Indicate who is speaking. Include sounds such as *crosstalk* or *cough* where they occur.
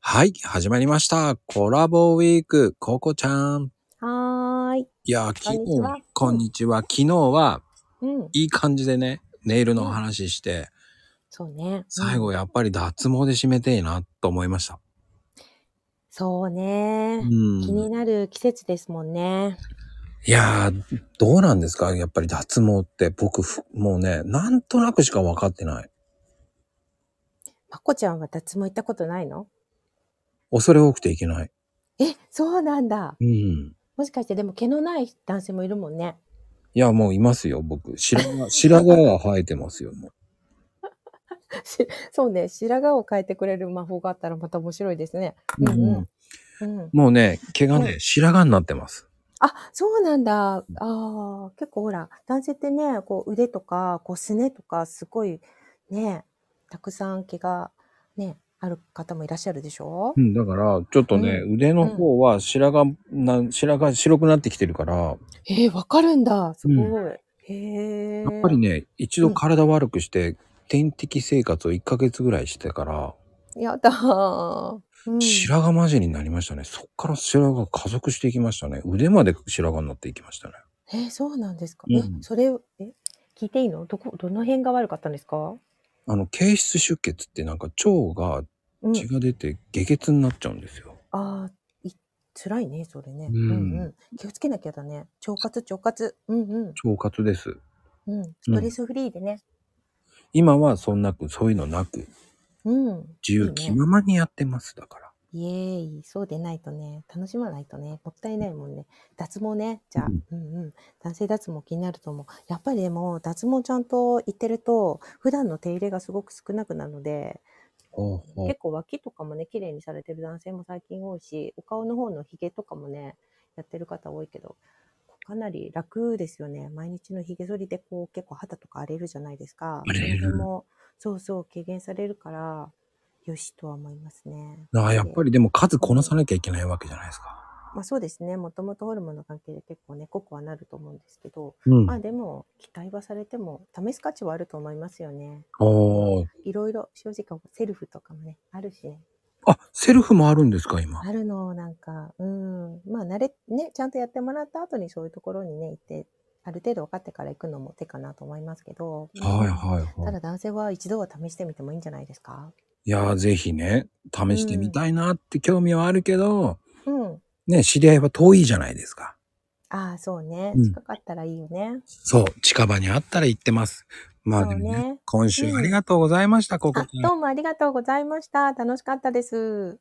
Speaker 1: はい、始まりました。コラボウィーク、ココちゃん。
Speaker 2: はーい。
Speaker 1: いやー、昨
Speaker 2: こんにちは
Speaker 1: 日、こんにちは。昨日は、
Speaker 2: うん。
Speaker 1: いい感じでね、ネイルのお話しして、
Speaker 2: そうね。
Speaker 1: 最
Speaker 2: うん
Speaker 1: 後やっぱり脱毛で締めてえな、と思いました。
Speaker 2: そう
Speaker 1: う
Speaker 2: ね、
Speaker 1: ん。
Speaker 2: 気に
Speaker 1: い
Speaker 2: なる季節ですもんね。
Speaker 1: やー、どうなんですかやっぱり脱毛って、僕、ふもうね、なんとなくしか分かってない。
Speaker 2: まこちゃんは脱毛行ったことないの
Speaker 1: 恐れ多くていけない。
Speaker 2: え、そうなんだ。
Speaker 1: うん。
Speaker 2: もしかしてでも毛のない男性もいるもんね。 *laughs*
Speaker 1: いや、もういますよ、僕。白髪、白髪が生えてますよ、もう。
Speaker 2: しそうね。白髪を変えてくれる魔法があったらまた面白いですね。 *laughs* うんうんうん。
Speaker 1: もうね、毛が
Speaker 2: う
Speaker 1: ね、白髪になってます。
Speaker 2: あ、そうなんだ。ああ、結構ほら、男性ってね、こう腕とか、こうすねとか、すごいね、たくさん毛がね、ある方もいらっしゃるでしょ
Speaker 1: うん、だから、ちょっとね、腕の方は白髪、な白髪白くなってきてるから、
Speaker 2: えー、わかるんだ。すごい。
Speaker 1: う
Speaker 2: へえ。
Speaker 1: やっぱり。ね、一度体悪くして、点滴生活を1ヶ月ぐらいしてから、
Speaker 2: やだー。うん、
Speaker 1: 白髪混じりになりましたね。そっから白髪が加速していきましたね。腕まで白髪になっていきましたね。
Speaker 2: えー、そうなんですか。
Speaker 1: うん
Speaker 2: え、それ、え、聞いていいのどこ、どの辺が悪かったんですか
Speaker 1: あの、形質出血ってなんか腸が
Speaker 2: うん。
Speaker 1: 血が出て下血になっちゃうんですよ。
Speaker 2: ああ、い、辛いね、それね。
Speaker 1: う
Speaker 2: うんん、うん。気をつけなきゃだね。腸活、腸活。うんうん。
Speaker 1: 腸活です。
Speaker 2: うん。ストレスフリーでね。
Speaker 1: 今はそんなく、そういうのなく、
Speaker 2: うん。
Speaker 1: 自由気ままにやってます。だから。
Speaker 2: イエーイ。そうでないとね、楽しまないとね、もったいないもんね。脱毛ね、じゃあ、
Speaker 1: うん
Speaker 2: うんうん。男性脱毛気になると思う。やっぱりでも、脱毛ちゃんと行ってると、普段の手入れがすごく少なくなるので、
Speaker 1: ほうほう
Speaker 2: 結構脇とかもね、綺麗にされてる男性も最近多いし、お顔の方のヒゲとかもね、やってる方多いけど、かなり楽ですよね。毎日のヒゲ剃りでこう結構肌とか荒れるじゃないですか。
Speaker 1: 荒れる
Speaker 2: そ辺も、そうそう、軽減されるから、よしとは思いますね。
Speaker 1: ああやっぱ
Speaker 2: り
Speaker 1: りでも数こなさなきゃいけないわけじゃないですか。
Speaker 2: まあそうですね。もともとホルモンの関係で結構ね、濃くはなると思うんですけど、
Speaker 1: うん
Speaker 2: まあでも、期待はされても、試す価値はあると思いますよね。
Speaker 1: おー
Speaker 2: いろいろ、正直、セルフとかもね、あるしね。
Speaker 1: あ、セルフもあるんですか、今。
Speaker 2: あるの、なんか、うん。まあ、慣れ、ね、ちゃんとやってもらった後にそういうところにね、行って、ある程度分かってから行くのも手かなと思いますけど、
Speaker 1: はいはい
Speaker 2: た
Speaker 1: はい。
Speaker 2: だ男性は一度は試してみてもいいんじゃないですか
Speaker 1: いやー、ぜひね、試してみたいなって興味はあるけど、
Speaker 2: うん。
Speaker 1: ね、知り合いは遠いじゃないですか。
Speaker 2: ああ、そうね
Speaker 1: う。ん
Speaker 2: 近かったらいいよね。
Speaker 1: そう、近場にあったら行ってます。まあでもね、
Speaker 2: そうね
Speaker 1: 今週
Speaker 2: うん
Speaker 1: ありがとうございました、ここ
Speaker 2: あ、どうもありがとうございました。楽しかったです。